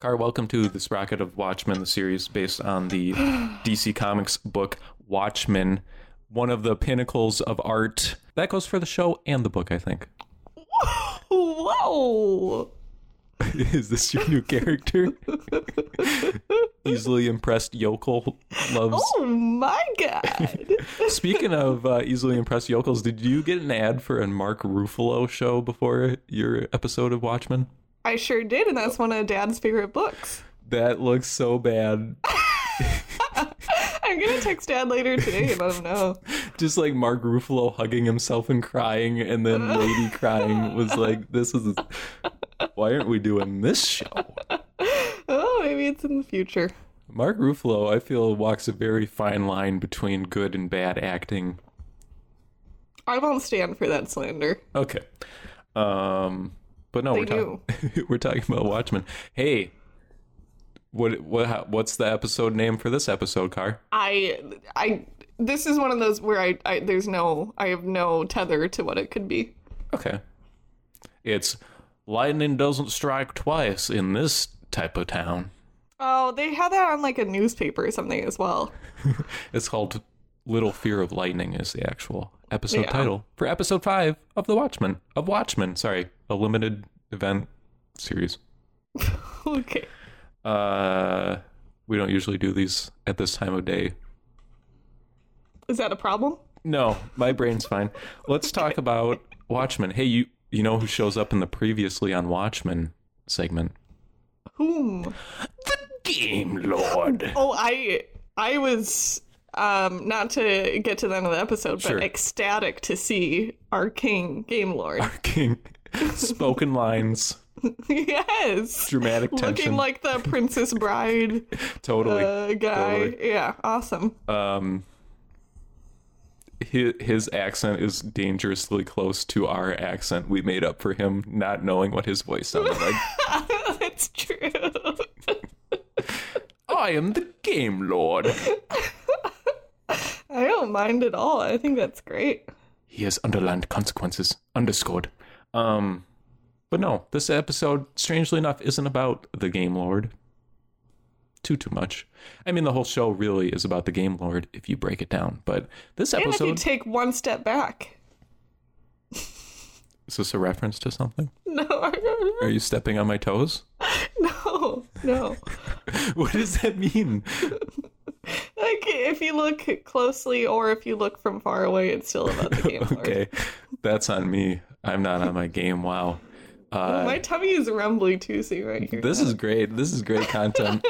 Car, welcome to the Sprocket of Watchmen, the series based on the DC Comics book Watchmen, one of the pinnacles of art. That goes for the show and the book, I think. Whoa! Is this your new character? easily impressed yokel loves. Oh my god! Speaking of uh, easily impressed yokels, did you get an ad for a Mark Ruffalo show before your episode of Watchmen? I sure did, and that's one of Dad's favorite books. That looks so bad. I'm gonna text Dad later today and let him know. Just like Mark Ruffalo hugging himself and crying, and then Lady crying was like, "This is why aren't we doing this show?" Oh, maybe it's in the future. Mark Ruffalo, I feel, walks a very fine line between good and bad acting. I won't stand for that slander. Okay, um, but no, we're They talking we're talking about Watchmen. Hey, what what how, what's the episode name for this episode, Car? I, I, this is one of those where I, I, there's no, I have no tether to what it could be. Okay, it's lightning doesn't strike twice in this type of town. Oh, they had that on like a newspaper or something as well. It's called Little Fear of Lightning is the actual episode Yeah. title for episode 5 of The Watchmen. Of Watchmen, sorry, a limited event series. okay. Uh we don't usually do these at this time of day. Is that a problem? No, my brain's fine. Let's talk about Watchmen. Hey, you you know who shows up in the previously on Watchmen segment? Whom? The Game Lord. Oh, I I was um not to get to the end of the episode, but Sure. ecstatic to see our king game lord. King. Spoken lines, yes. dramatic tension. Looking like the Princess Bride totally. uh, guy. Yeah, awesome. um his, his accent is dangerously close to our accent we made up for him not knowing what his voice sounded like That's true. i am the game lord I don't mind at all. I think that's great. he has underlined consequences underscored um but no this episode strangely enough isn't about the game lord too too much i mean the whole show really is about the game lord if you break it down but this And if you episode take one step back. is this a reference to something No, I are you stepping on my toes no, no. what does that mean Like if you look closely or if you look from far away, it's still about the game lord. Okay, that's on me. I'm not on my game. Wow. Uh, My tummy is rumbly too, so you might hear this is great. This is great content.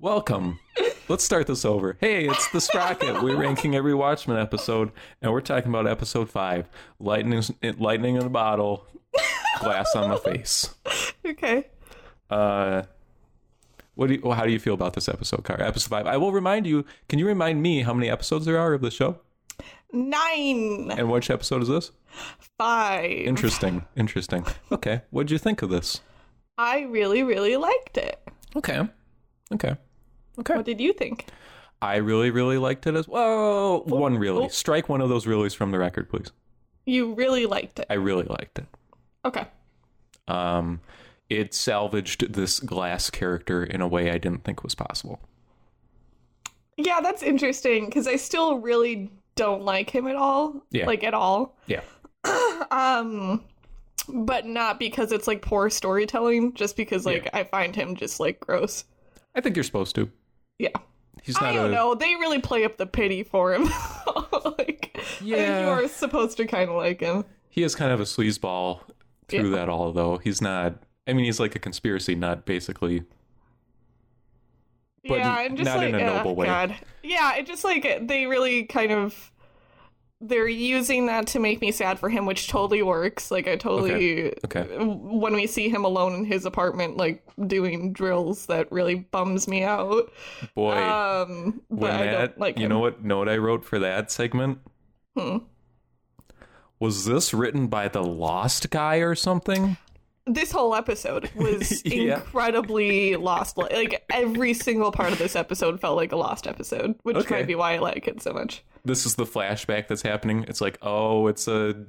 Welcome. Let's start this over. Hey, it's the Sprocket. We're ranking every Watchmen episode, and we're talking about episode five: lightning, lightning in a bottle, glass on my face. Okay. Uh, what do you, well, how do you feel about this episode, Car? Episode five. I will remind you. Can you remind me how many episodes there are of the show, Nine. and which episode is this? Five. Interesting. Interesting. Okay. What'd you think of this? I really, really liked it. Okay. Okay. Okay. What did you oh. think? I really, really liked it as well. One really. Strike one of those reallys from the record, please. You really liked it. I really liked it. Okay. Um, it salvaged this glass character in a way I didn't think was possible. Yeah, that's interesting because I still really don't like him at all. Yeah. Like at all. Yeah. Um but not because it's like poor storytelling, just because like I find him just like gross. I think you're supposed to. Yeah. He's not I don't a know. They really play up the pity for him. like I think Yeah. you're supposed to kinda like him. he is kind of a sleazeball through that all though. He's not I mean he's like a conspiracy nut basically. but yeah, n- and just not like, in a ah, noble way. God. Yeah, it just like they really kind of they're using that to make me sad for him, which totally works. Like I totally Okay. when we see him alone in his apartment, like doing drills, that really bums me out. Boy, Um, but when I that don't like you him. know what note I wrote for that segment? Hmm. Was this written by the lost guy or something? This whole episode was Yeah. incredibly lost. Like every single part of this episode felt like a lost episode, which Okay. might be why I like it so much. this is the flashback that's happening. It's like, oh, it's a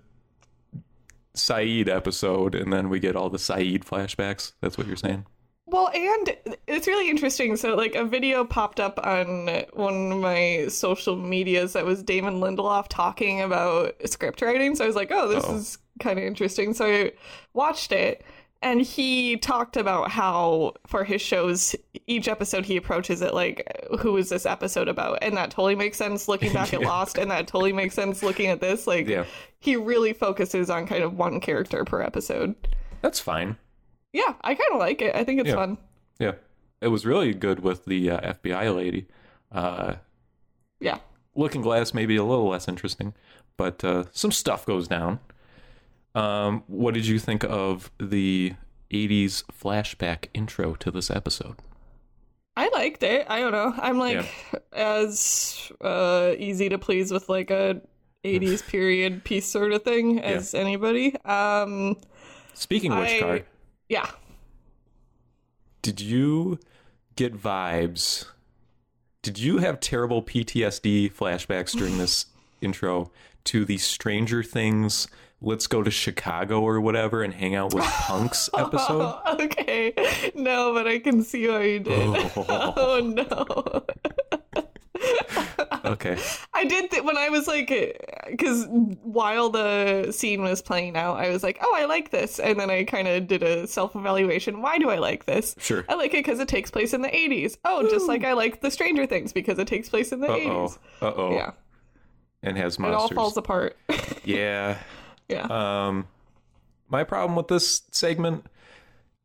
Saeed episode, and then we get all the Saeed flashbacks. That's what you're saying. Well, and it's really interesting. So, like, a video popped up on one of my social medias that was Damon Lindelof talking about script writing. So I was like, oh, this Uh-oh. is kind of interesting. So I watched it, and he talked about how for his shows, each episode he approaches it like, who is this episode about? And that totally makes sense looking back at Yeah. Lost, and that totally makes sense looking at this. Like, Yeah, he really focuses on kind of one character per episode. that's fine. Yeah, I kind of like it. I think it's Yeah. fun. Yeah, it was really good with the uh, FBI lady. Uh, Yeah. Looking Glass may be a little less interesting, but uh, some stuff goes down. Um, what did you think of the 80s flashback intro to this episode? I liked it. I don't know. I'm like as uh, easy to please with like a 80s period piece sort of thing as anybody. Um, Speaking of which, I- Card, yeah. did you get vibes? Did you have terrible PTSD flashbacks during this intro to the Stranger Things, let's go to Chicago or whatever and hang out with punks episode? Oh, okay. No, but I can see why you did. Oh. oh no. Okay. I did th- when I was like, because while the scene was playing out, I was like, oh, I like this. And then I kind of did a self evaluation. Why do I like this? Sure. I like it because it takes place in the 80s. Oh, just like I like the Stranger Things because it takes place in the Uh 80s. oh. Uh oh. Yeah. And has It all monsters. falls apart. yeah. yeah. Um, my problem with this segment,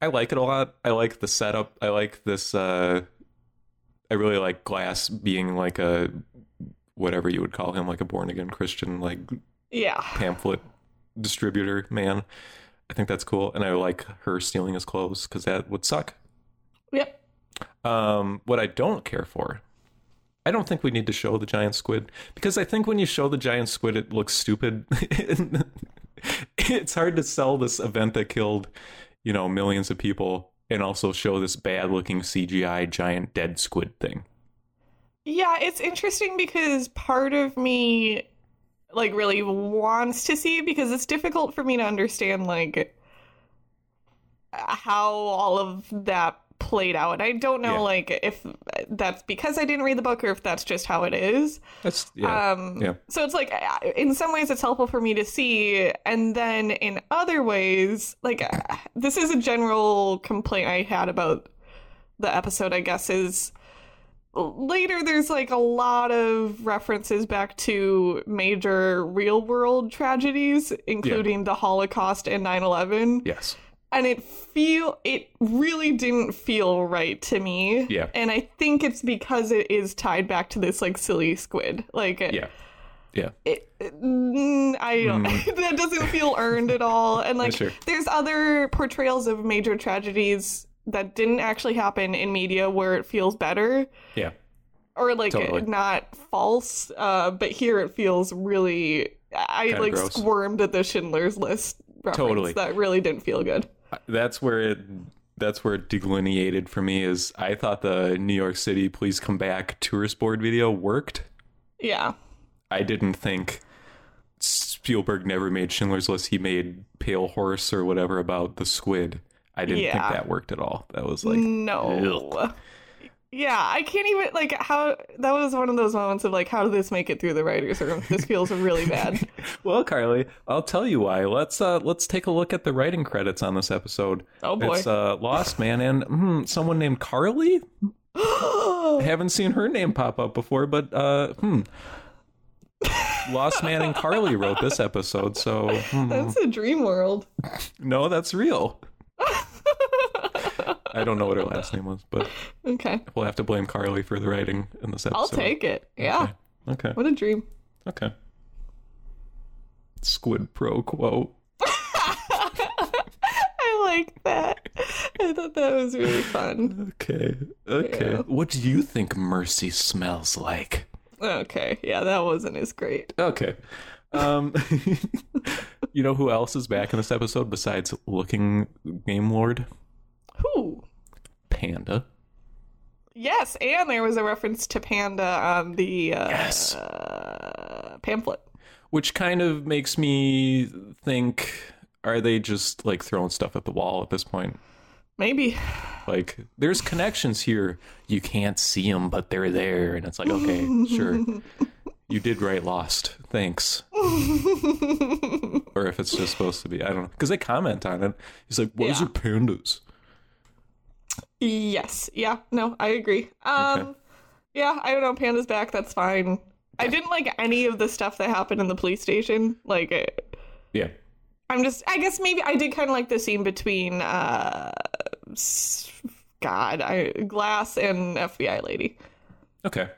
I like it a lot. I like the setup. I like this. Uh, I really like Glass being like a whatever you would call him, like a born again Christian, like yeah. pamphlet distributor man. I think that's cool, and I like her stealing his clothes because that would suck. Yep. Um, what I don't care for, I don't think we need to show the giant squid because I think when you show the giant squid, it looks stupid. it's hard to sell this event that killed, you know, millions of people and also show this bad looking CGI giant dead squid thing. Yeah, it's interesting because part of me like really wants to see it because it's difficult for me to understand like how all of that played out. And I don't know Yeah. like if that's because I didn't read the book or if that's just how it is. That's yeah. Um, yeah. So it's like, I- in some ways, it's helpful for me to see, and then in other ways, like uh, this is a general complaint I had about the episode. I guess is later there's like a lot of references back to major real world tragedies including the holocaust and 9-11 yes. and it feel it really didn't feel right to me Yeah. and i think it's because it is tied back to this like silly squid like Yeah. Yeah. it, mm, I don't. that doesn't feel earned at all. And like, Hmm. Sure. there's other portrayals of major tragedies that didn't actually happen in media where it feels better Yeah. or like Totally. not false. Uh, but here it feels really. I Kinda like gross. squirmed at the Schindler's List reference. Totally. That really didn't feel good. That's where it that's where it delineated for me is I thought the New York City Please Come Back tourist board video worked. Yeah. I didn't think Spielberg never made Schindler's List. He made Pale Horse or whatever about the squid. I didn't Yeah. Mm. think that worked at all. That was like, no. Yeah, I can't even like how that was one of those moments of like how did this make it through the writers room? This feels really bad. well, Carly, I'll tell you why. Let's uh, let's take a look at the writing credits on this episode. Oh, boy. it's uh, Lost Man and hmm, someone named Carly. I haven't seen her name pop up before, but uh, hmm. Lost Man and Carly wrote this episode, so hmm. That's a dream world. no, that's real. I don't know what her last name was, but Okay. We'll have to blame Carly for the writing in this episode. I'll take it. Yeah. Okay. What a dream. Okay. Squid pro quo. I like that. I thought that was really fun. Okay. Okay. Yeah. What do you think mercy smells like? Okay. Yeah, that wasn't as great. Okay. Um You know who else is back in this episode besides looking game lord? Whew. Panda. Yes, and there was a reference to Panda on the uh, Yes. uh, pamphlet. Which kind of makes me think Are they just like throwing stuff at the wall at this point? Maybe. Like, there's connections here. You can't see them, but they're there. And it's like, okay, sure. You did write Lost. Thanks. or if it's just supposed to be. I don't know. Because they comment on it. He's like, why is Yeah. it pandas? Yes. Yeah. No, I agree. Um Okay. yeah, I don't know, Panda's back, that's fine. I didn't like any of the stuff that happened in the police station. Like it, Yeah. I'm just I guess maybe I did kind of like the scene between uh s- god, I Glass and FBI lady. Okay.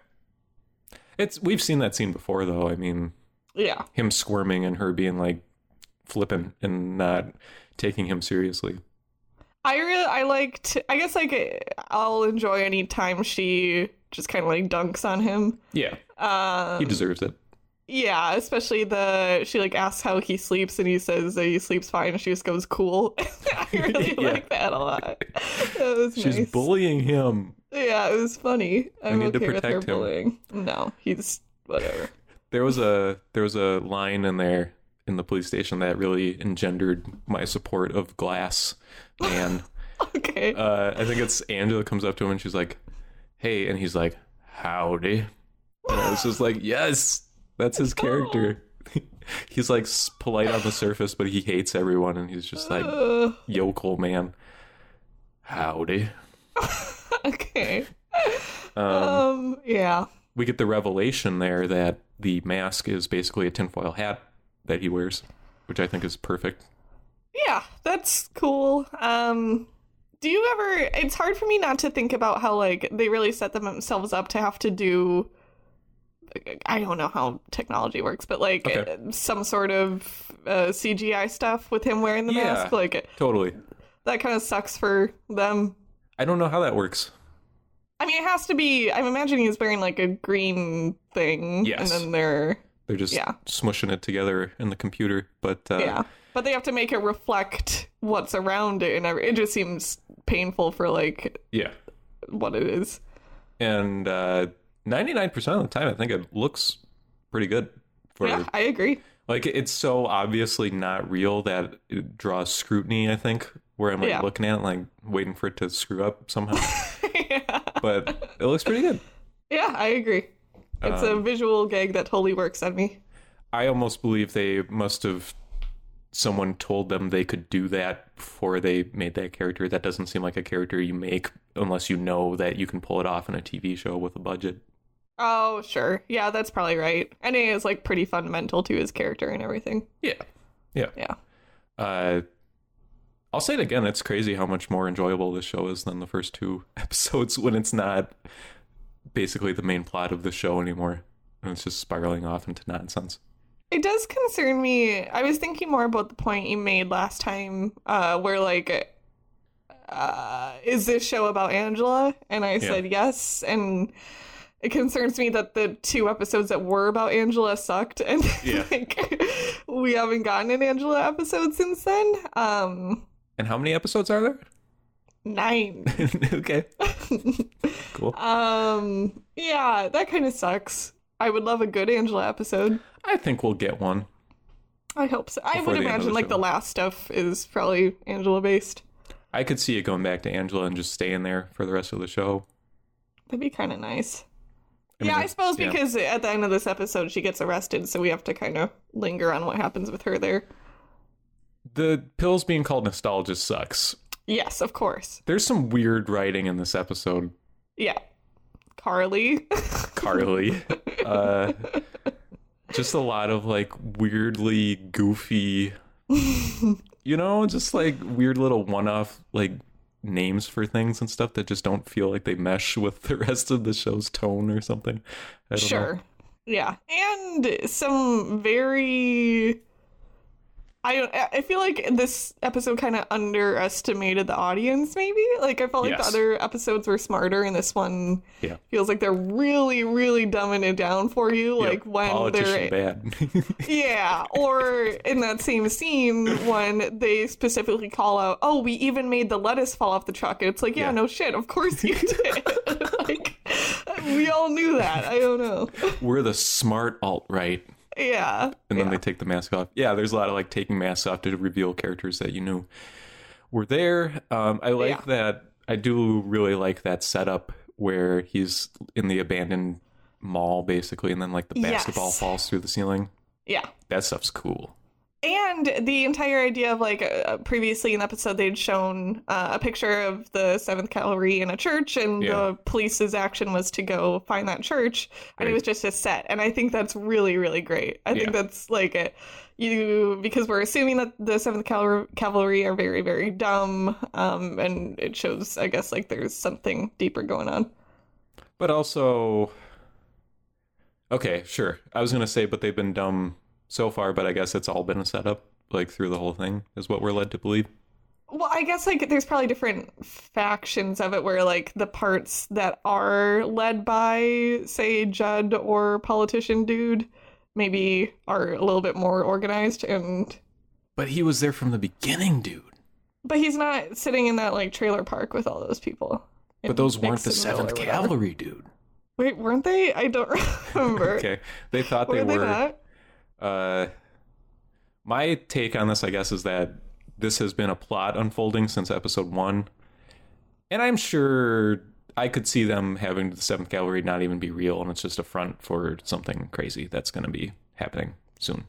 It's we've seen that scene before though. I mean, Yeah. him squirming and her being like flippant and not taking him seriously. I really I liked I guess like I'll enjoy any time she just kind of like dunks on him. Yeah. Um He deserves it. Yeah, especially the she like asks how he sleeps and he says that he sleeps fine and she just goes cool. I really Yeah. like that a lot. That was She's nice. bullying him. yeah, it was funny. I'm need to okay with her protect him. bullying. No, he's whatever. There was a there was a line in there in the police station that really engendered my support of Glass Man. Okay. uh, I think it's Angela comes up to him and she's like, "Hey," and he's like, "Howdy." And I was just like, "Yes, that's his character." he's like s- polite on the surface, but he hates everyone, and he's just like Ugh, yokel man. Howdy. okay. Um, Um yeah. we get the revelation there that the mask is basically a tinfoil hat that he wears, which I think is perfect. Yeah, that's cool. Um do you ever it's hard for me not to think about how like they really set themselves up to have to do I don't know how technology works, but like Okay. uh, some sort of uh, CGI stuff with him wearing the Yeah. mask like Totally. that kind of sucks for them. I don't know how that works. I mean, it has to be I'm imagining he's wearing like a green thing Yes. and then they're They're just Yeah. smushing it together in the computer, but uh, yeah. But they have to make it reflect what's around it and every- it just seems painful for like yeah. what it is. and uh, 99% of the time i think it looks pretty good for Yeah, I agree. like it's so obviously not real that it draws scrutiny i think where i'm like Yeah. looking at it like waiting for it to screw up somehow yeah. but it looks pretty good yeah, I agree. It's a visual gag that totally works on me. i almost believe they must have someone told them they could do that before they made that character that doesn't seem like a character you make unless you know that you can pull it off in a tv show with a budget Oh, sure. Yeah, that's probably right. And it is like pretty fundamental to his character and everything. yeah yeah Yeah. uh I'll say it again, it's crazy how much more enjoyable this show is than the first two episodes when it's not basically the main plot of the show anymore. And it's just spiraling off into nonsense. It does concern me. I was thinking more about the point you made last time, uh, where like, uh, is this show about Angela? And I said yes. And it concerns me that the two episodes that were about Angela sucked, and Yeah. like, we haven't gotten an Angela episode since then. Um, And how many episodes are there? nine. okay. cool. Uh, Um, yeah, that kind of sucks. I would love a good Angela episode. I think we'll get one. I hope so. I Before would the end of imagine the like the show. last stuff is probably Angela based. I could see it going back to Angela and just staying there for the rest of the show. That'd be kind of nice. I mean, yeah, I it- suppose yeah. because at the end of this episode she gets arrested, so we have to kind of linger on what happens with her there. The pills being called nostalgia sucks. Yes, of course. There's some weird writing in this episode. Yeah. Carly. Carly. uh, just a lot of like weirdly goofy, you know, just like weird little one off like names for things and stuff that just don't feel like they mesh with the rest of the show's tone or something. I don't know. Sure. Yeah. And some very I don't I I feel like this episode kind of underestimated the audience maybe. Like I felt like Yes. the other episodes were smarter and this one Yeah. feels like they're really really dumbing it down for you Yeah, like when politician they're bad. yeah, or in that same scene when they specifically call out, "Oh, we even made the lettuce fall off the truck." And it's like, "Yeah, Yeah. no shit, of course you did." like, we all knew that. I don't know. We're the smart alt right. yeah. and then yeah. they take the mask off. Yeah, there's a lot of like taking masks off to reveal characters that you knew were there. Um, I like Yeah. that. I do really like that setup where he's in the abandoned mall basically, and then like the basketball Yes. falls through the ceiling. yeah. That stuff's cool. And the entire idea of like uh, previously in the episode, they'd shown uh, a picture of the Seventh Cavalry in a church, and Yeah. the police's action was to go find that church, and Right. it was just a set. And I think that's really, really great. I Yeah. think that's like a, you because we're assuming that the Seventh Cal- Cavalry are very, very dumb, um, and it shows, I guess, like there's something deeper going on. But also, okay, sure. I was gonna say, but they've been dumb so far. But I guess it's all been a setup, like through the whole thing, is what we're led to believe. Well, I guess like there's probably different factions of it where like the parts that are led by, say, Judd or politician dude, maybe are a little bit more organized and But he was there from the beginning, dude. but he's not sitting in that like trailer park with all those people. in But those weren't the Dixonville or Seventh whatever. Cavalry, dude. Wait, weren't they? I don't remember. Okay, they thought Were they they were. not? Uh, my take on this, I guess, is that this has been a plot unfolding since episode one, and I'm sure I could see them having the Seventh Cavalry not even be real, and it's just a front for something crazy that's going to be happening soon.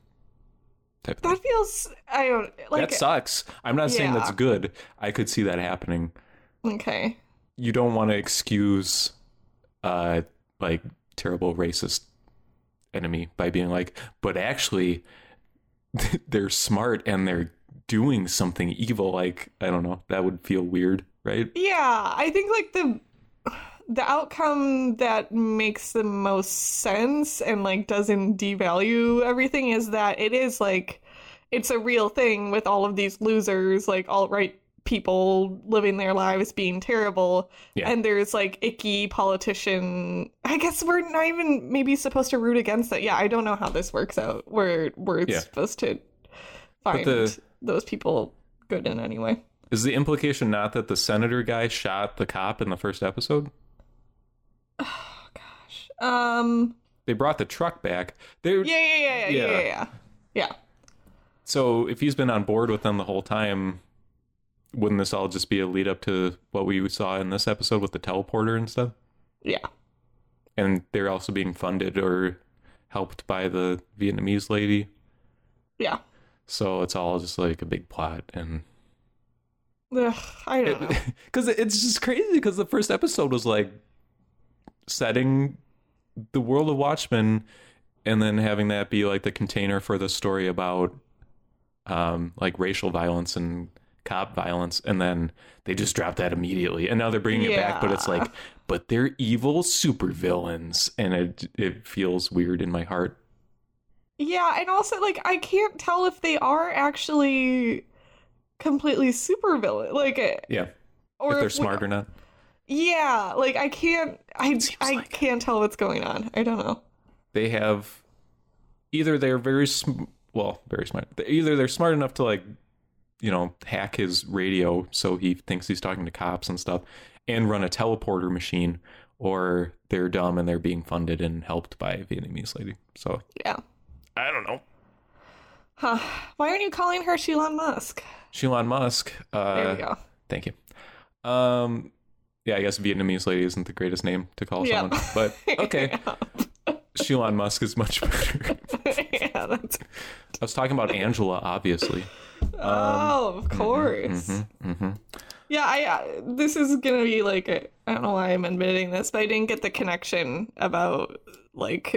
Type of thing. That feels I don't like that sucks. I'm not saying that's Yeah. good. I could see that happening. okay. You don't want to excuse, uh, like terrible racist enemy by being like, but actually, they're smart and they're doing something evil. Like I don't know, that would feel weird, right? Yeah, I think like the the outcome that makes the most sense and like doesn't devalue everything is that it is like it's a real thing with all of these losers, like alt-right people living their lives being terrible. Yeah. And there's like icky politician. I guess we're not even maybe supposed to root against that. Yeah, I don't know how this works out. We're we're Yeah. supposed to find the- those people good in any way. Is the implication not that the senator guy shot the cop in the first episode? Um They brought the truck back. They're Yeah, yeah, yeah, yeah, Yeah. yeah, yeah. Yeah. So if he's been on board with them the whole time, wouldn't this all just be a lead up to what we saw in this episode with the teleporter and stuff? Yeah. And they're also being funded or helped by the Vietnamese lady. Yeah. So it's all just like a big plot and Ugh, I don't know. because it's just crazy because the first episode was like setting the world of Watchmen and then having that be like the container for the story about um like racial violence and cop violence and then they just dropped that immediately and now they're bringing it back but it's Yeah. like but they're evil supervillains and it it feels weird in my heart Yeah, and also like I can't tell if they are actually completely super villain like eh, yeah or if they're we- smart or not Yeah, like I can't I seems I like it. can't tell what's going on. I don't know. they have either they're very sm- well very smart They- either they're smart enough to like you know hack his radio so he thinks he's talking to cops and stuff and run a teleporter machine or they're dumb and they're being funded and helped by a vietnamese lady so Yeah. i don't know Huh. Why aren't you calling her Elon Musk? Elon musk uh There we go. thank you um yeah i guess vietnamese lady isn't the greatest name to call Yeah. someone but okay Elon musk is much better yeah, that's i was talking about angela obviously Oh, of course. Um, mm-hmm Yeah, I uh, this is gonna be like I I don't know why I'm admitting this, but I didn't get the connection about like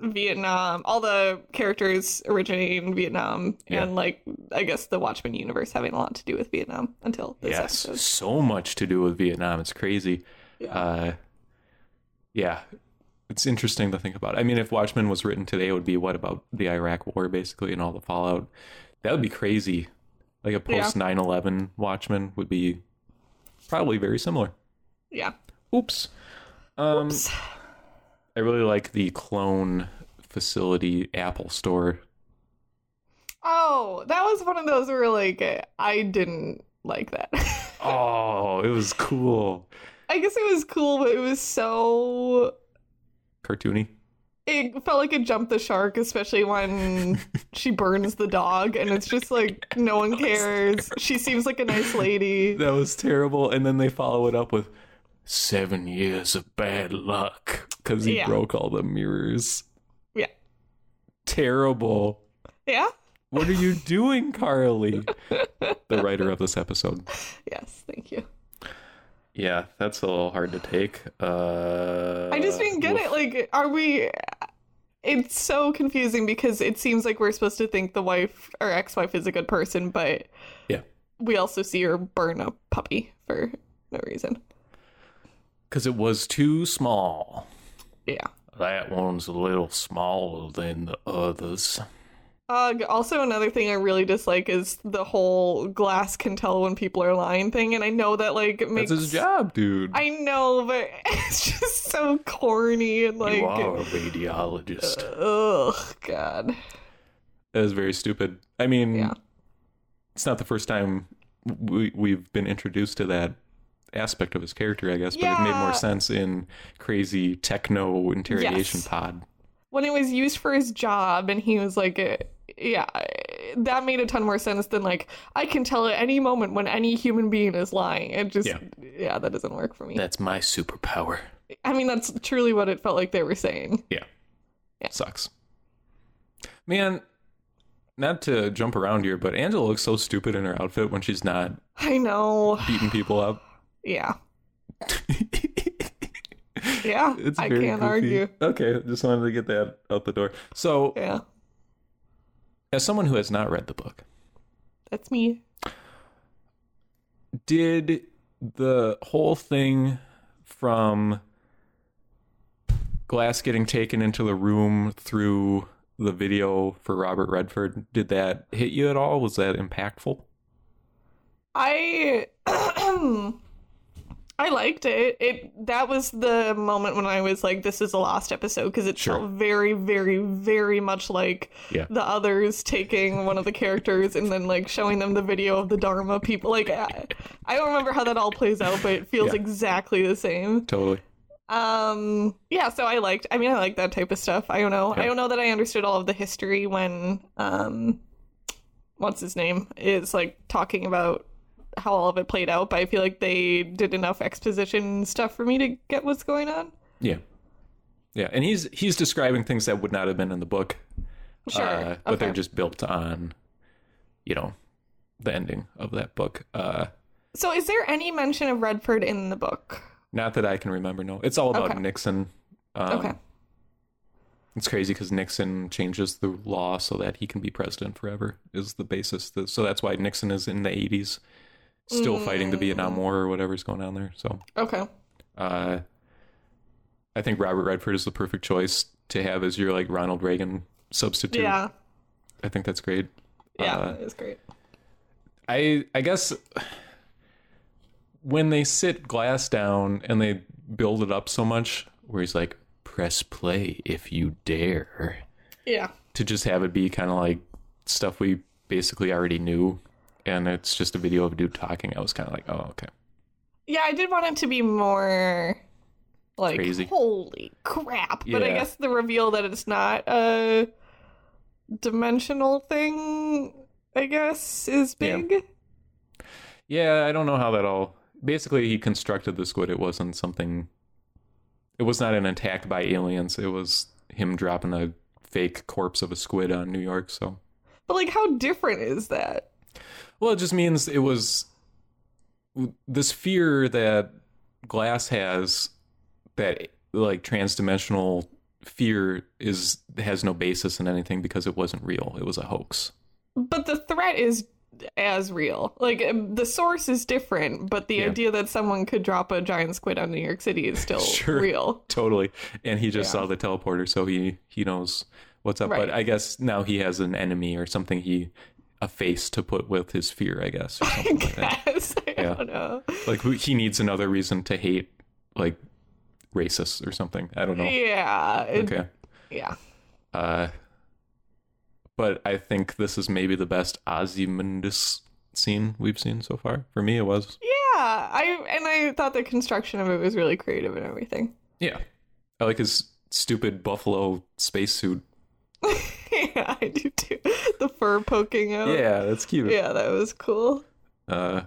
Vietnam, all the characters originating in Vietnam, Yeah. and like I guess the Watchmen universe having a lot to do with Vietnam until this yes episode. so much to do with vietnam it's crazy Yeah. uh yeah it's interesting to think about i mean if watchmen was written today it would be what about the iraq war basically and all the fallout that would be crazy like a Yeah. post 9-11 watchmen would be probably very similar Yeah, oops um Oops. i really like the clone facility apple store Oh, that was one of those where like I didn't like that. oh it was cool I guess it was cool, but it was so cartoony it felt like it jumped the shark, especially when she burns the dog, and it's just like no one cares. She seems like a nice lady. That was terrible. And then they follow it up with seven years of bad luck because he Yeah. broke all the mirrors. Yeah. Terrible. Yeah. What are you doing, Carly? the writer of this episode. Yes. Thank you. Yeah, that's a little hard to take. Uh, I just didn't get it. Like, are we? It's so confusing because it seems like we're supposed to think the wife or ex-wife is a good person, but Yeah. we also see her burn a puppy for no reason. Because it was too small. Yeah. That one's a little smaller than the others. Uh, also, another thing I really dislike is the whole glass can tell when people are lying thing, and I know that like makes That's his job, dude. I know, but it's just so corny and like, you are a radiologist. ugh, god, That was very stupid. I mean, Yeah. it's not the first time we, we've been introduced to that aspect of his character, I guess, but it made Yeah. more sense in crazy techno interrogation Yes. pod. when it was used for his job, and he was like, eh, yeah, eh, that made a ton more sense than like I can tell at any moment when any human being is lying. It just, Yeah. yeah, that doesn't work for me. That's my superpower. I mean, that's truly what it felt like they were saying. Yeah. Yeah. Sucks. Man, not to jump around here, but Angela looks so stupid in her outfit when she's not I know. beating people up. Yeah, yeah, It's I very can't goofy. argue. Okay, just wanted to get that out the door. So, Yeah, as someone who has not read the book, that's me. did the whole thing from glass getting taken into the room through the video for Robert Redford did that hit you at all was that impactful I I liked it. It that was the moment when I was like, this is a lost episode because it Sure. felt very, very, very much like Yeah. the others taking one of the characters and then like showing them the video of the Dharma people. Like I, I don't remember how that all plays out, but it feels Yeah. exactly the same. totally Um yeah, so I liked I mean I like that type of stuff. I don't know. Yeah. I don't know that I understood all of the history when um what's his name is like talking about how all of it played out, but I feel like they did enough exposition stuff for me to get what's going on. yeah yeah and he's he's describing things that would not have been in the book Sure. uh, but okay. they're just built on you know the ending of that book uh So is there any mention of Redford in the book? not that I can remember no it's all about Okay. Nixon um, Okay. It's crazy because Nixon changes the law so that he can be president forever. Is the basis that, so that's why Nixon is in the 80s, still fighting the Vietnam War or whatever's going on there. So Okay. uh, I think Robert Redford is the perfect choice to have as your like Ronald Reagan substitute. Yeah. I think that's great. Yeah, Uh, it was great. I I guess when they sit glass down and they build it up so much, where he's like, "Press play if you dare." Yeah. to just have it be kind of like stuff we basically already knew and it's just a video of a dude talking i was kind of like oh okay Yeah, I did want it to be more like Crazy. holy crap. But I Yeah. guess the reveal that it's not a dimensional thing, I guess, is Yeah. big. yeah i don't know how that all basically he constructed the squid it wasn't something it was not an attack by aliens it was him dropping a fake corpse of a squid on new york so But like how different is that? well it just means it was this fear that glass has that like transdimensional fear is has no basis in anything because it wasn't real it was a hoax But the threat is as real. Like um, the source is different, but the Yeah. idea that someone could drop a giant squid on New York City is still Sure. real. totally and he just Yeah. saw the teleporter so he he knows what's up Right. but i guess now he has an enemy or something he a face to put with his fear i guess or I something like that guess. I Yeah. don't know. like he needs another reason to hate like racists or something i don't know Yeah. it- okay Yeah. Uh, but I think this is maybe the best Ozymandias scene we've seen so far. For me, it was. Yeah. I and I thought the construction of it was really creative and everything. Yeah. I like his stupid buffalo spacesuit. yeah, I do too. The fur poking out. Yeah, that's cute. Yeah, that was cool. Uh,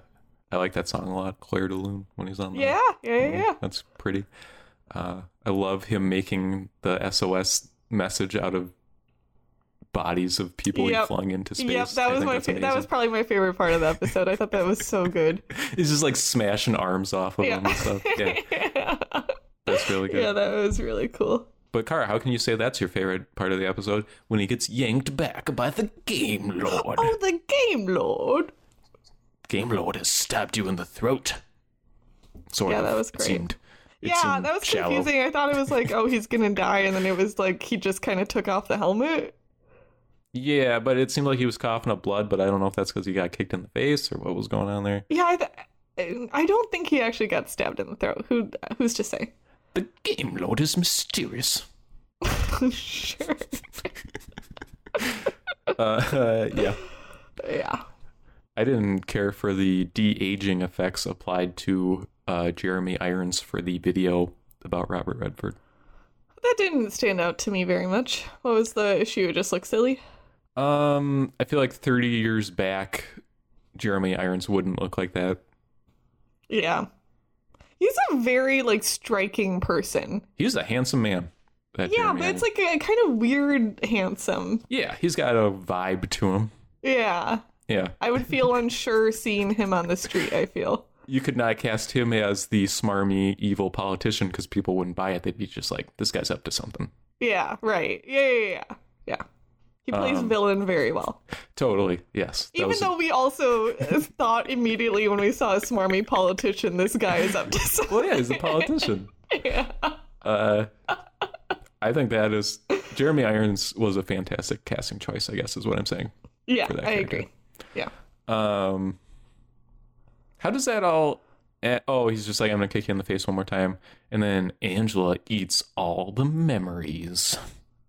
I like that song a lot. Claire de Lune when he's on. the- Yeah, yeah, yeah, yeah. That's pretty. Uh, I love him making the SOS message out of bodies of people he Yep. flung into space. Yep, I that was think my that's fa- that was amazing. probably my favorite part of the episode. I thought that was so good. He's just like smashing arms off of Yeah. him and stuff. Yeah, that's really good. yeah, that was really cool. But Kara, how can you say that's your favorite part of the episode when he gets yanked back by the Game Lord? Oh, the game lord. Game Lord has stabbed you in the throat. Sort Yeah, of. that was it great. seemed- it yeah, seemed that was shallow. confusing. I thought it was like, oh, he's gonna die, and then it was like he just kind of took off the helmet. Yeah, but it seemed like he was coughing up blood, but I don't know if that's because he got kicked in the face or what was going on there. Yeah, I, th- I don't think he actually got stabbed in the throat. Who who's to say? The Game Lord is mysterious. sure. Uh, uh, yeah. Yeah. I didn't care for the de aging effects applied to uh, Jeremy Irons for the video about Robert Redford. That didn't stand out to me very much. What was the issue? It just looked silly. Um, I feel like 30 years back, Jeremy Irons wouldn't look like that. Yeah. He's a very like striking person. He was a handsome man. that Yeah, Jeremy but Irons. it's like a kind of weird handsome. yeah, he's got a vibe to him. Yeah. Yeah, I would feel unsure seeing him on the street, I feel. you could not cast him as the smarmy evil politician because people wouldn't buy it. They'd be just like, "This guy's up to something." Yeah, right. Yeah, yeah, yeah. Yeah. He plays Um, villain very well. Totally, yes. That Even was- though we also thought immediately when we saw a smarmy politician, this guy is up to something. well, yeah, he's a politician. Yeah. Uh, I think that is Jeremy Irons was a fantastic casting choice. I guess is what I'm saying. Yeah, For that I character. agree. Yeah. Um, how does that all? eh, Oh, he's just like, I'm gonna kick you in the face one more time, and then Angela eats all the memories.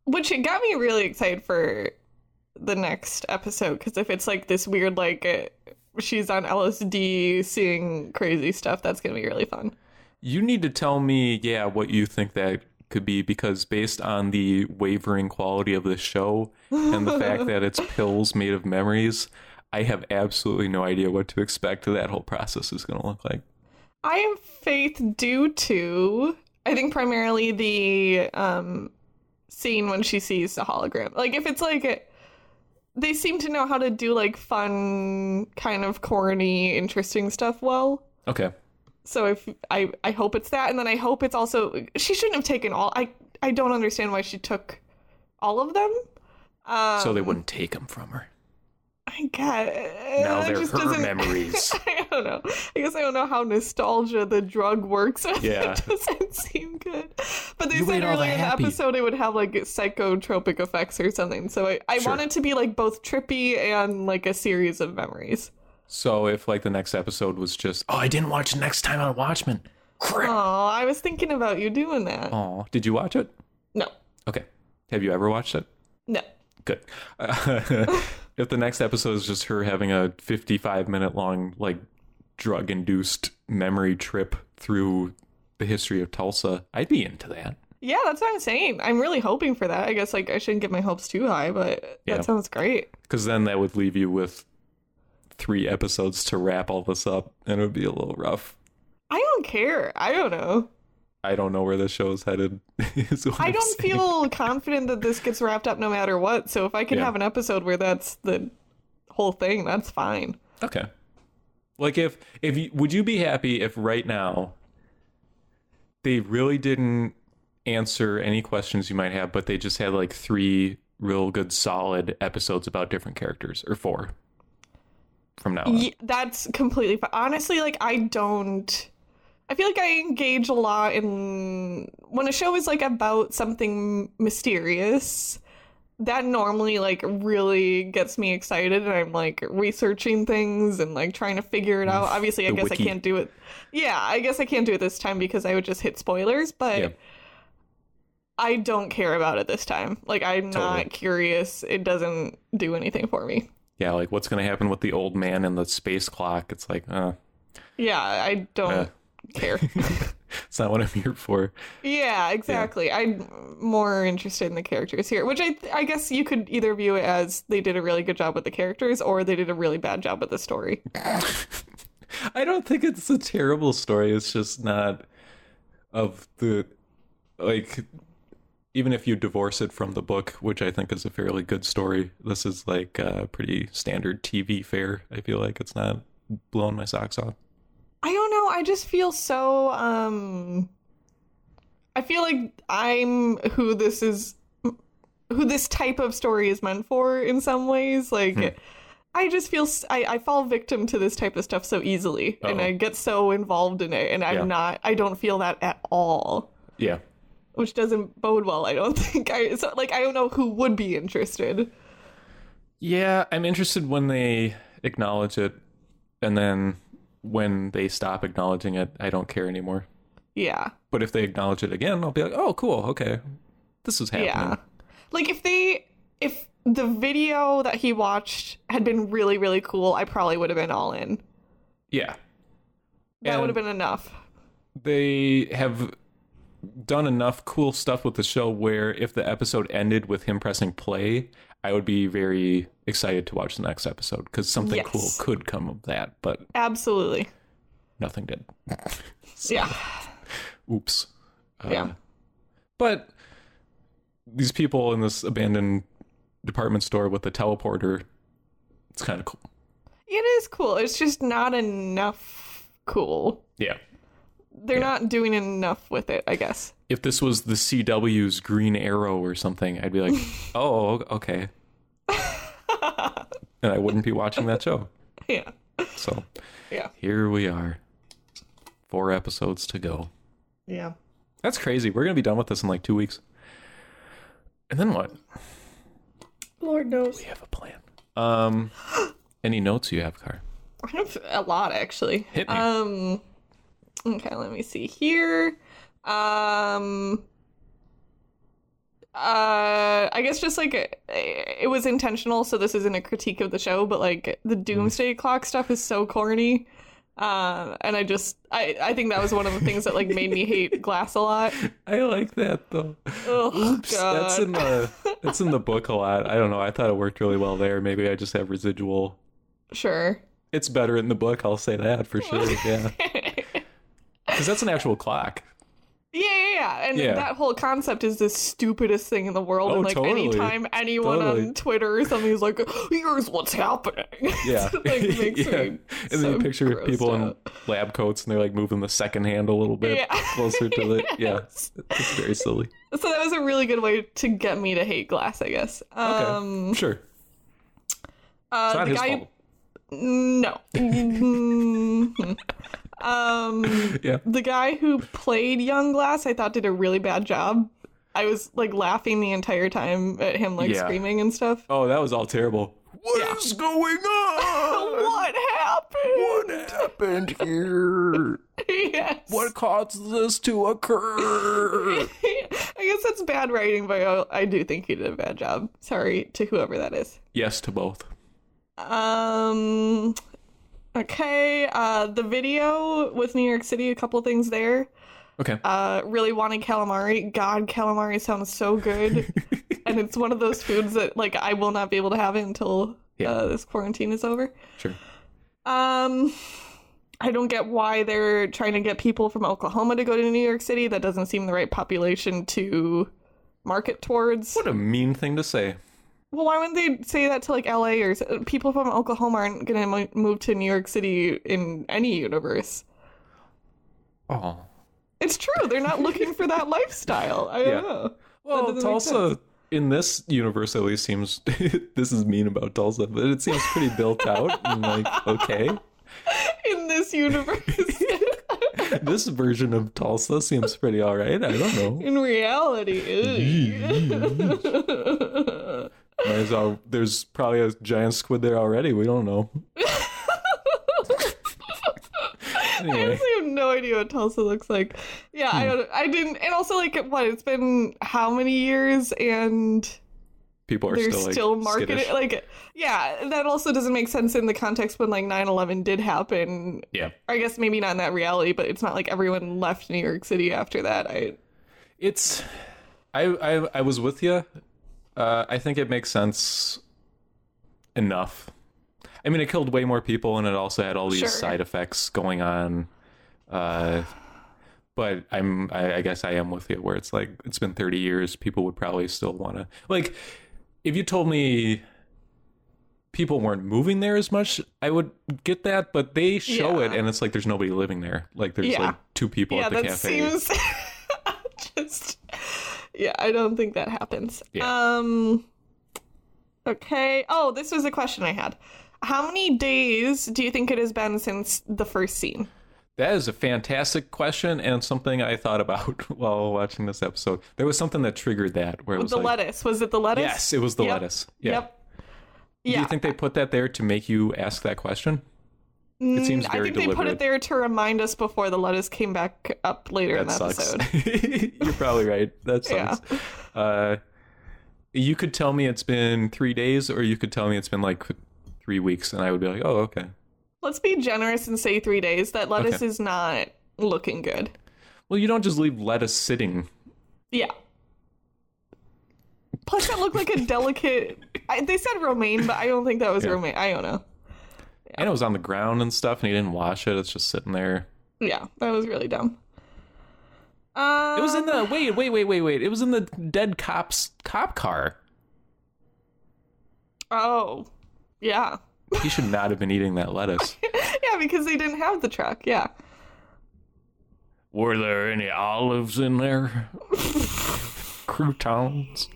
which it got me really excited for the next episode because if it's like this weird like uh, she's on lsd seeing crazy stuff that's gonna be really fun You need to tell me, yeah, what you think that could be, because based on the wavering quality of this show and the fact that it's pills made of memories, I have absolutely no idea what to expect that whole process is gonna look like. i have faith due to i think primarily the um scene when she sees the hologram like if it's like a- they seem to know how to do like fun kind of corny interesting stuff well Okay. So if I I hope it's that, and then I hope it's also she shouldn't have taken all. I I don't understand why she took all of them. Um, so they wouldn't take them from her. I guess Now that they're just her doesn't- memories. I don't know. I guess I don't know how nostalgia the drug works. Yeah. it doesn't seem good. But they You said made all the earlier in the happy. episode it would have like psychotropic effects or something. So I I Sure. want it to be like both trippy and like a series of memories. So if like the next episode was just, oh, I didn't watch it next time on Watchmen. Crap. Oh. Oh, I was thinking about you doing that. Aw, did you watch it? No, Okay. Have you ever watched it? no. Good. Uh, if the next episode is just her having a 55 minute long, like, drug induced memory trip through the history of Tulsa, I'd be into that. Yeah, that's what I'm saying. I'm really hoping for that. I guess like I shouldn't get my hopes too high, but Yeah. that sounds great. Because then that would leave you with three episodes to wrap all this up, and it would be a little rough. I don't care. I don't know. I don't know where this show is headed. is what I I'm don't saying. feel confident that this gets wrapped up no matter what. So if I can Yeah. have an episode where that's the whole thing, that's fine. Okay. Like if if you, would you be happy if right now they really didn't answer any questions you might have, but they just had like three real good solid episodes about different characters or four from now on. Ye- that's completely fine. Honestly, like I don't. I feel like I engage a lot in when a show is like about something mysterious. That normally like really gets me excited, and I'm like researching things and like trying to figure it out. Obviously, I the guess wiki. I can't do it. Yeah, I guess I can't do it this time because I would just hit spoilers. But Yeah. I don't care about it this time. Like I'm Totally. not curious. It doesn't do anything for me. Yeah, like what's gonna happen with the old man and the space clock? It's like, uh, Yeah, I don't Yeah. care. It's not what I'm here for. yeah, exactly. I'm more interested in the characters here, which I I guess you could either view it as they did a really good job with the characters or they did a really bad job with the story. I don't think it's a terrible story. It's just not of the like even if you divorce it from the book, which I think is a fairly good story, this is like uh, pretty standard TV fare. I feel like it's not blowing my socks off. I don't know. I just feel so. um I feel like I'm who this is, who this type of story is meant for in some ways. Like, Hmm. I just feel s- I, I fall victim to this type of stuff so easily, and Uh-oh. I get so involved in it, and I'm Yeah. not. I don't feel that at all, Yeah. which doesn't bode well. I don't think. I so like I don't know who would be interested. Yeah, I'm interested when they acknowledge it and then when they stop acknowledging it, I don't care anymore. Yeah. But if they acknowledge it again, I'll be like, "Oh, cool. Okay. This is happening." Yeah. Like if they if the video that he watched had been really really cool, I probably would have been all in. Yeah. That And- would have been enough. they have done enough cool stuff with the show where if the episode ended with him pressing play, I would be very excited to watch the next episode because something Yes. cool could come of that, but Absolutely. nothing did. Yeah. Oops. Uh, Yeah. But these people in this abandoned department store with the teleporter, it's kind of cool. It is cool. It's just not enough cool. Yeah. They're not doing enough with it, I guess. If this was the CW's Green Arrow or something, I'd be like, oh, okay. and I wouldn't be watching that show. Yeah. So Yeah. here we are. Four episodes to go. Yeah. That's crazy. We're going to be done with this in like two weeks. And then what? Lord knows. We have a plan. Um, any notes you have, Car? I have a lot actually. Hit me. Um okay, let me see here. Um uh I guess just like it, it was intentional so this isn't a critique of the show but like Mm-hmm. the doomsday clock stuff is so corny. Um and I just I I think that was one of the things that like made me hate glass a lot. I like that though. Oh Oops, god. that's in the that's in the book a lot. I don't know. I thought it worked really well there. Maybe I just have residual. Sure. It's better in the book. I'll say that for sure. Yeah, because that's an actual clock. Yeah, yeah, yeah. And Yeah. that whole concept is the stupidest thing in the world. Oh, and like totally. anytime anyone Totally. on Twitter or something is like, here's what's happening. Yeah, like makes yeah. me And then you so picture grossed people in out. lab coats and they're like moving the second hand a little bit Yeah. closer to the yeah. Yes. It's very silly. So that was a really good way to get me to hate glass, I guess. Okay, Um sure. uh, It's not the his guy fault. No. Mhm. um Yeah. the guy who played Young Glass I thought did a really bad job. I was like laughing the entire time at him like Yeah. screaming and stuff. Oh, that was all terrible. What is Yeah. going on? What happened? What happened here? Yes. What caused this to occur? I guess that's bad writing, but I, I do think he did a bad job. Sorry to whoever that is. yes to both. Um. Okay. Uh, the video with New York City, a couple things there. Okay. Uh, really wanted calamari. God, calamari sounds so good, and it's one of those foods that like I will not be able to have it until Yeah. uh, this quarantine is over. Sure. Um, I don't get why they're trying to get people from Oklahoma to go to New York City. That doesn't seem the right population to market towards. What a mean thing to say. Well, why wouldn't they say that to like LA or s- people from Oklahoma aren't going to mo- move to New York City in any universe? Oh. It's true. They're not looking for that lifestyle. I Yeah. don't know. Well, doesn't make Tulsa in this universe at least seems this is mean about Tulsa, but it seems pretty built out and like okay. In this universe, This version of Tulsa seems pretty all right. I don't know. in reality, ew. Might as well- there's probably a giant squid there already. We don't know. I anyway, honestly have no idea what Tulsa looks like. Yeah, I don't. I didn't. And also, like, what? It's been how many years? And People are they're still like, still marketing skittish. like yeah that also doesn't make sense in the context when like 9-11 did happen yeah. i guess maybe not in that reality but it's not like everyone left new york city after that i it's I, I i was with you uh i think it makes sense enough i mean it killed way more people and it also had all these Sure. side effects going on uh but i'm I, I guess i am with you where it's like it's been 30 years people would probably still want to like if you told me people weren't moving there as much i would get that but they show it Yeah. and it's like there's nobody living there like there's Yeah. like two people yeah at the that cafe seems just yeah i don't think that happens Yeah. um okay oh this was a question i had how many days do you think it has been since the first scene That is a fantastic question and something I thought about while watching this episode. There was something that triggered that where it was the like, lettuce was it the lettuce yes, it was the Yep. lettuce. Yeah. yep Do yeah you think they put that there to make you ask that question? It seems Mm, I very think they deliberate. put it there to remind us before the lettuce came back up later in that the sucks. episode. You're probably right. That Yeah. sucks. Uh, you could tell me it's been three days, or you could tell me it's been like three weeks, and I would be like, oh, okay. Let's be generous and say three days. That lettuce Okay. is not looking good. Well, you don't just leave lettuce sitting. Yeah. Plus, that looked like a delicate. I, they said romaine, but I don't think that was Yeah. romaine. I don't know. And it was on the ground and stuff, and he didn't wash it. It's just sitting there. Yeah, that was really dumb. Um, It was in the wait, wait, wait, wait, wait. It was in the dead cop's cop car. Oh, yeah, He should not have been eating that lettuce. yeah, because they didn't have the truck. Yeah. Were there any olives in there? Croutons.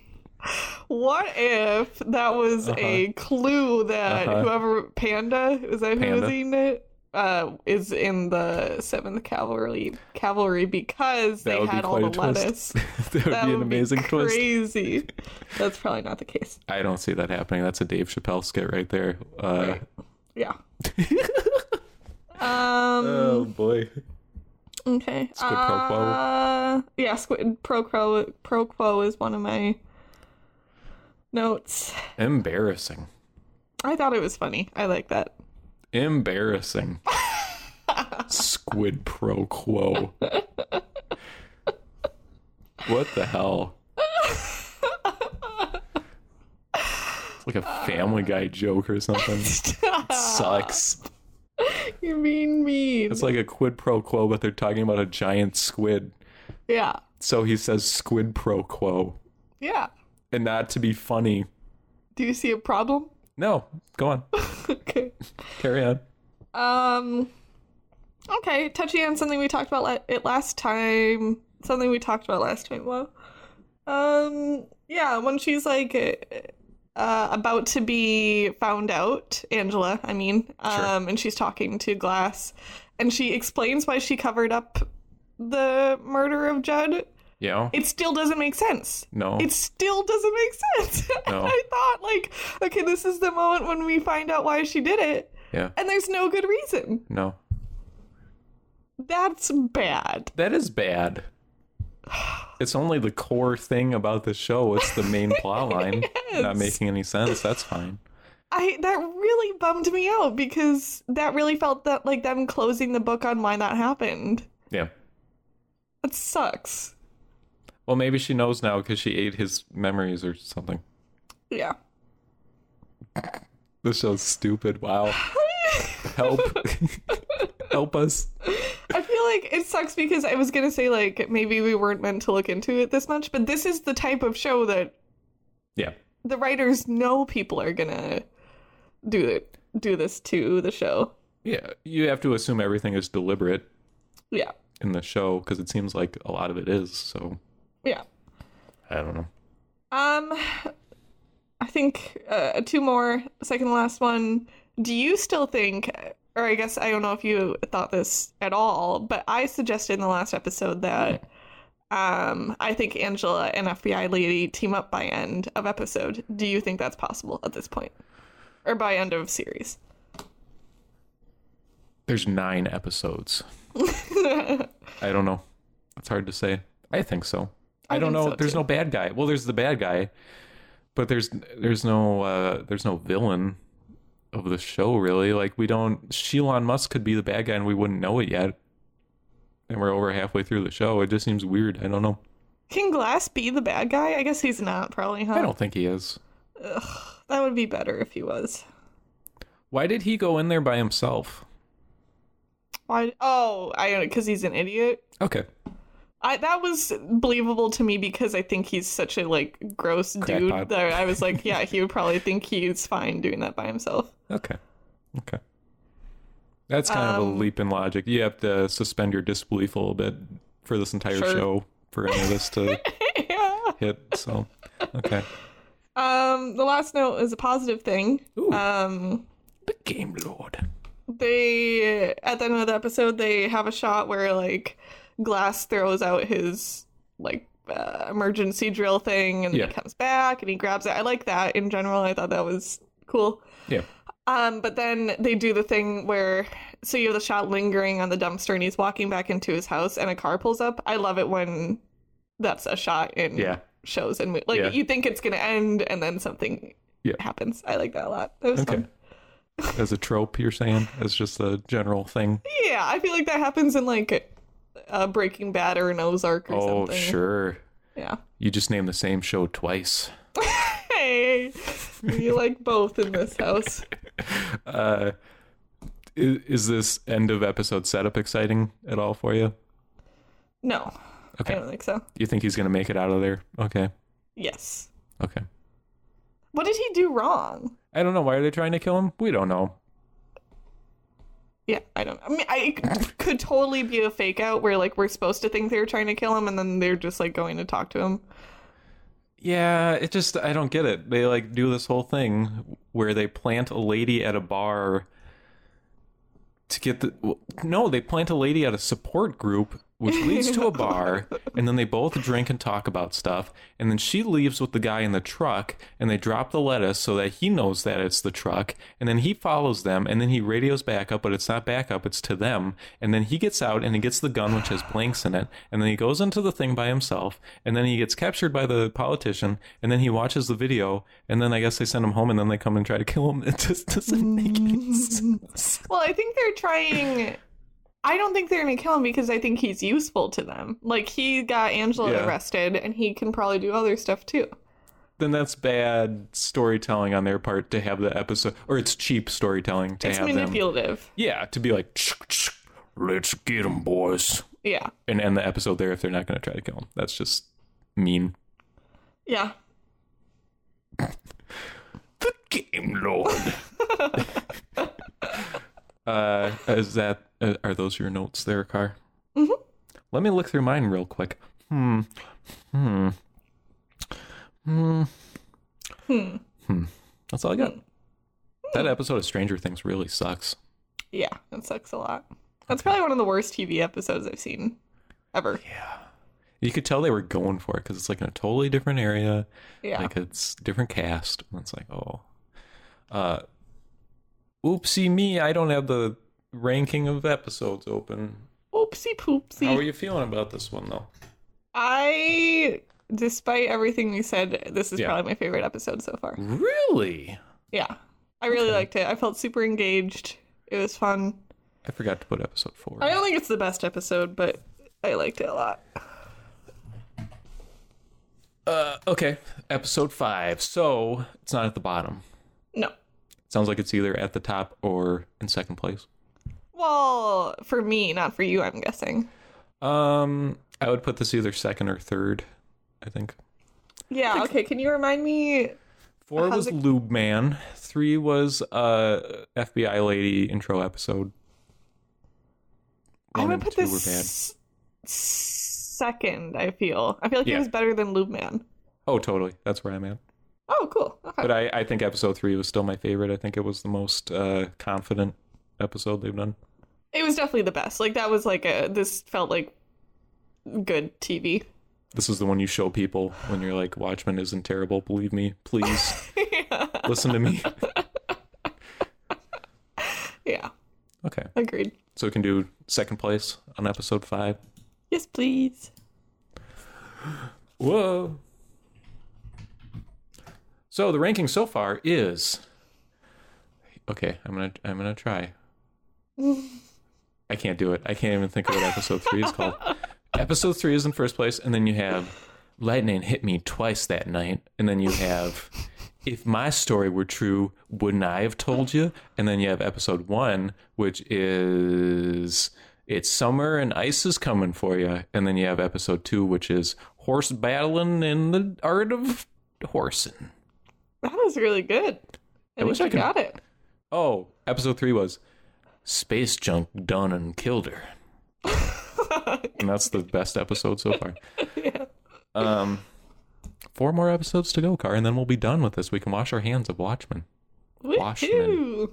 What if that was a clue that Uh-huh. whoever Panda is that who was Panda. eating it uh, is in the Seventh Cavalry Cavalry because That they would be had all quite the a twist. lettuce. that would That be an would amazing be twist. crazy. That's probably not the case. I don't see that happening. That's a Dave Chappelle skit right there. Uh, Yeah. um. oh boy. Okay. Squid pro quo. uh, Yeah. Squid pro quo. Pro quo is one of my notes. Embarrassing. I thought it was funny. I like that. Embarrassing. Squid pro quo. What the hell? It's like a Family Guy joke or something. Sucks. You mean mean? It's like a quid pro quo, but they're talking about a giant squid. yeah. So he says squid pro quo. Yeah. And not to be funny. Do you see a problem? No, go on. okay. Carry on. Um. Okay. Touching on something we talked about la- it last time. Something we talked about last time. Well. Um. Yeah. When she's like. Uh, about to be found out, Angela. I mean, um, and she's talking to Glass, and she explains why she covered up the murder of Judd. Yeah. It still doesn't make sense. No. it still doesn't make sense. And No. I thought, like, okay, this is the moment when we find out why she did it, Yeah. and there's no good reason. No. That's bad. That is bad. It's only the core thing about the show. It's the main plot line. Not making any sense. That's fine. I that really bummed me out because that really felt that like them closing the book on why that happened. Yeah. That sucks. Well, maybe she knows now because she ate his memories or something. Yeah. This show's stupid. Wow. Help. Help us. I feel like it sucks because I was gonna say like maybe we weren't meant to look into it this much, but this is the type of show that Yeah. the writers know people are gonna do it do this to the show. Yeah. You have to assume everything is deliberate Yeah. in the show because it seems like a lot of it is. So Yeah. I don't know. Um I think uh, two more, second to last one. Do you still think or I guess I don't know if you thought this at all, but I suggested in the last episode that um I think Angela and FBI lady team up by end of episode. Do you think that's possible at this point? Or by end of series? There's nine episodes. I don't know. It's hard to say. I think so. I, don't think know. so, there's too. no bad guy. Well, there's the bad guy, but there's there's no uh there's no villain of the show really. Like we don't Elon Musk could be the bad guy and we wouldn't know it yet. And we're over halfway through the show. It just seems weird. I don't know. Can Glass be the bad guy? I guess he's not, probably, huh? I don't think he is. That would be better if he was. Why did he go in there by himself? Why? Oh, I because he's an idiot. Okay. I that was believable to me because I think he's such a like gross Crackpot. dude that I was like, yeah, he would probably think he's fine doing that by himself. Okay. Okay. That's kind of Um, a leap in logic. You have to suspend your disbelief a little bit for this entire Sure. show for any of this to yeah. hit. So, okay. Um, the last note is a positive thing. Ooh. Um, The Game Lord. they at the end of the episode they have a shot where like Glass throws out his like uh, emergency drill thing and Yeah. he comes back and he grabs it. I like that in general. I thought that was cool. Yeah. Um, but then they do the thing where so you have the shot lingering on the dumpster and he's walking back into his house and a car pulls up. I love it when that's a shot in Yeah. shows and mo- like Yeah. you think it's gonna end and then something Yeah. happens. I like that a lot. That was Okay. fun. As a trope, you're saying? As just a general thing? Yeah, I feel like that happens in like uh, Breaking Bad or an Ozark or Oh, something. sure. Yeah. You just named the same show twice. Hey, you like both in this house. Uh, is, is this end of episode setup exciting at all for you? No, Okay. I don't think so. You think he's going to make it out of there? Okay. Yes. Okay. What did he do wrong? I don't know. Why are they trying to kill him? We don't know. Yeah, I don't. I mean, I it could totally be a fake out where like we're supposed to think they're trying to kill him, and then they're just like going to talk to him. Yeah, it just I don't get it. They like do this whole thing where they plant a lady at a bar to get the w- no, they plant a lady at a support group which leads to a bar and then they both drink and talk about stuff and then she leaves with the guy in the truck and they drop the lettuce so that he knows that it's the truck and then he follows them and then he radios back up but it's not back up it's to them and then he gets out and he gets the gun which has blanks in it and then he goes into the thing by himself and then he gets captured by the politician and then he watches the video and then i guess they send him home and then they come and try to kill him it just doesn't make any sense Well, I think they're trying. I don't think they're going to kill him because I think he's useful to them. Like he got Angela Yeah. arrested, and he can probably do other stuff too. then that's bad storytelling on their part to have the episode, or it's cheap storytelling to It's have them. manipulative. Yeah, to be like, "Tsk, tsk, let's get them, boys, Yeah. and end the episode there if they're not going to try to kill them. That's just mean. Yeah. The game lord. uh, is that? Uh, are those your notes there, Car? Mm-hmm. Let me look through mine real quick. Hmm. Hmm. Hmm. Hmm. Hmm. That's all I got. That episode of Stranger Things really sucks. Yeah. That sucks a lot. That's probably one of the worst TV episodes I've seen ever. You could tell they were going for it because it's like in a totally different area, Yeah. like it's different cast, and it's like, oh, uh, oopsie me, I don't have the ranking of episodes open. Oopsie poopsie. How are you feeling about this one though? I, despite everything we said, this is Yeah. probably my favorite episode so far. Really? Yeah. I really liked it. I felt super engaged. It was fun. I forgot to put episode four. I don't think it's the best episode, but I liked it a lot. Uh, okay, episode five. So it's not at the bottom. No. Sounds like it's either at the top or in second place. Well, for me, not for you, I'm guessing. Um, I would put this either second or third. I think. Yeah, okay. Can you remind me? Four How's was it- Lube Man. Three was uh FBI Lady intro episode. I One would and put two this s- second, I feel. I feel like Yeah. it was better than Lube Man. Oh, totally. That's where I'm at. Oh, cool. Okay. But I, I think episode three was still my favorite. I think it was the most uh, confident episode they've done. It was definitely the best. Like, that was like a. This felt like good TV. This is the one you show people when you're like, Watchmen isn't terrible. Believe me. Please listen to me. Yeah, Okay. agreed. So we can do second place on episode five. Yes, please. Whoa. So the ranking so far is okay. I'm gonna I'm gonna try. I can't do it. I can't even think of what episode three is called. episode three is in first place, and then you have lightning hit me twice that night, and then you have if my story were true, wouldn't I have told you? And then you have episode one, which is it's summer and ice is coming for you, and then you have episode two, which is horse battling and the art of horsing. That was really good. I, I wish think I you could- got it. Oh, episode three was Space Junk done and killed her. and that's the best episode so far. Yeah. Um, four more episodes to go, Car, and then we'll be done with this. We can wash our hands of Watchmen. Watchmen. Woohoo!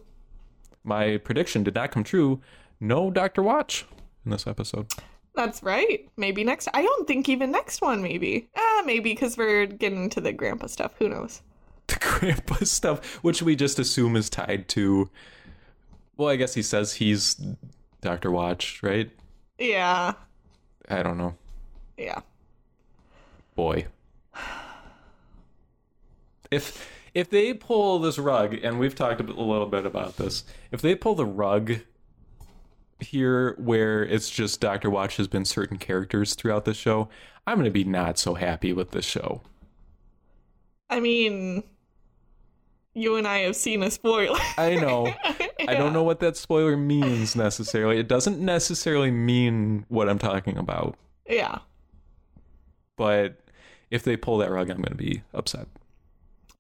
My prediction did not come true. No Dr. Watch in this episode. That's right. Maybe next. I don't think even next one. Maybe. Ah, maybe because we're getting into the grandpa stuff. Who knows? The grandpa stuff, which we just assume is tied to. Well, I guess he says he's Dr. Watch, right? Yeah. I don't know. Yeah. boy. If if they pull this rug, and we've talked a bit- a little bit about this, if they pull the rug here where it's just Doctor Watch has been certain characters throughout the show, I'm gonna be not so happy with the show. I mean, you and I have seen a spoiler. I know. I don't know what that spoiler means necessarily. It doesn't necessarily mean what I'm talking about, yeah. but if they pull that rug, I'm gonna be upset.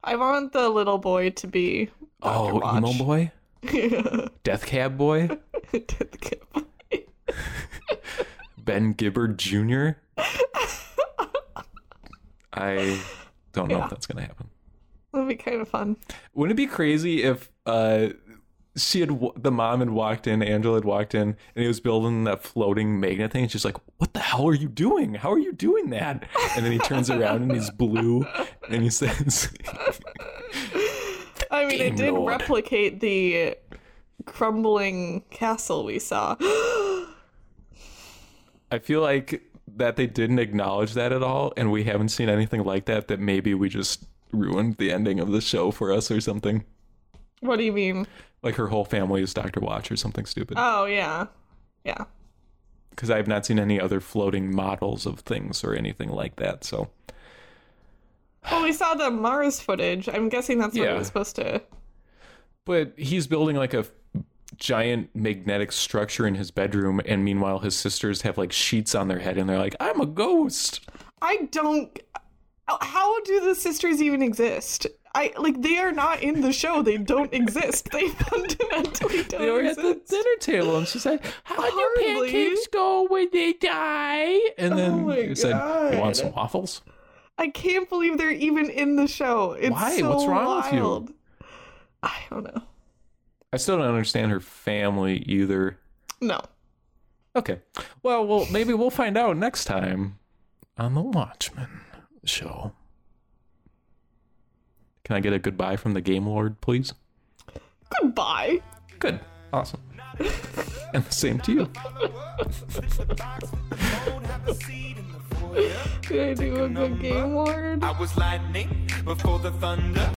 I want the little boy to be. Dr. Oh, emo Watch. boy, death cab boy. To the kid. Ben Gibbard Jr. I don't know if that's gonna happen. That'd be kind of fun. Wouldn't it be crazy if uh, she had w- the mom had walked in, Angela had walked in, and he was building that floating magnet thing, and she's like, "What the hell are you doing? How are you doing that?" And then he turns around and he's blue, and he says, I mean, Game it did Lord. replicate the crumbling castle we saw. "I feel like that they didn't acknowledge that at all, and we haven't seen anything like that. That maybe we just ruined the ending of the show for us or something." what do you mean? Like her whole family is Doctor Watch or something stupid. Oh, yeah. Yeah. because I've not seen any other floating models of things or anything like that. So Well, we saw the Mars footage. I'm guessing that's what Yeah. it was supposed to. But he's building like a giant magnetic structure in his bedroom, and meanwhile, his sisters have like sheets on their head, and they're like, "I'm a ghost." I don't. uh, How do the sisters even exist? I like they are not in the show. They don't exist. They fundamentally don't They were at exist. the dinner table, and she said, "How do Hardly. pancakes go when they die?" And then my he said, "You God. want some waffles?" I can't believe they're even in the show. It's Why? So What's wrong with you? wild. I don't know. I still don't understand her family either. No. Okay, well, well, maybe we'll find out next time on the Watchmen show. Can I get a goodbye from the Game Lord, please? Goodbye. Good. Awesome. and the same to you. Did I do a good game ward? I was lightning before the thunder.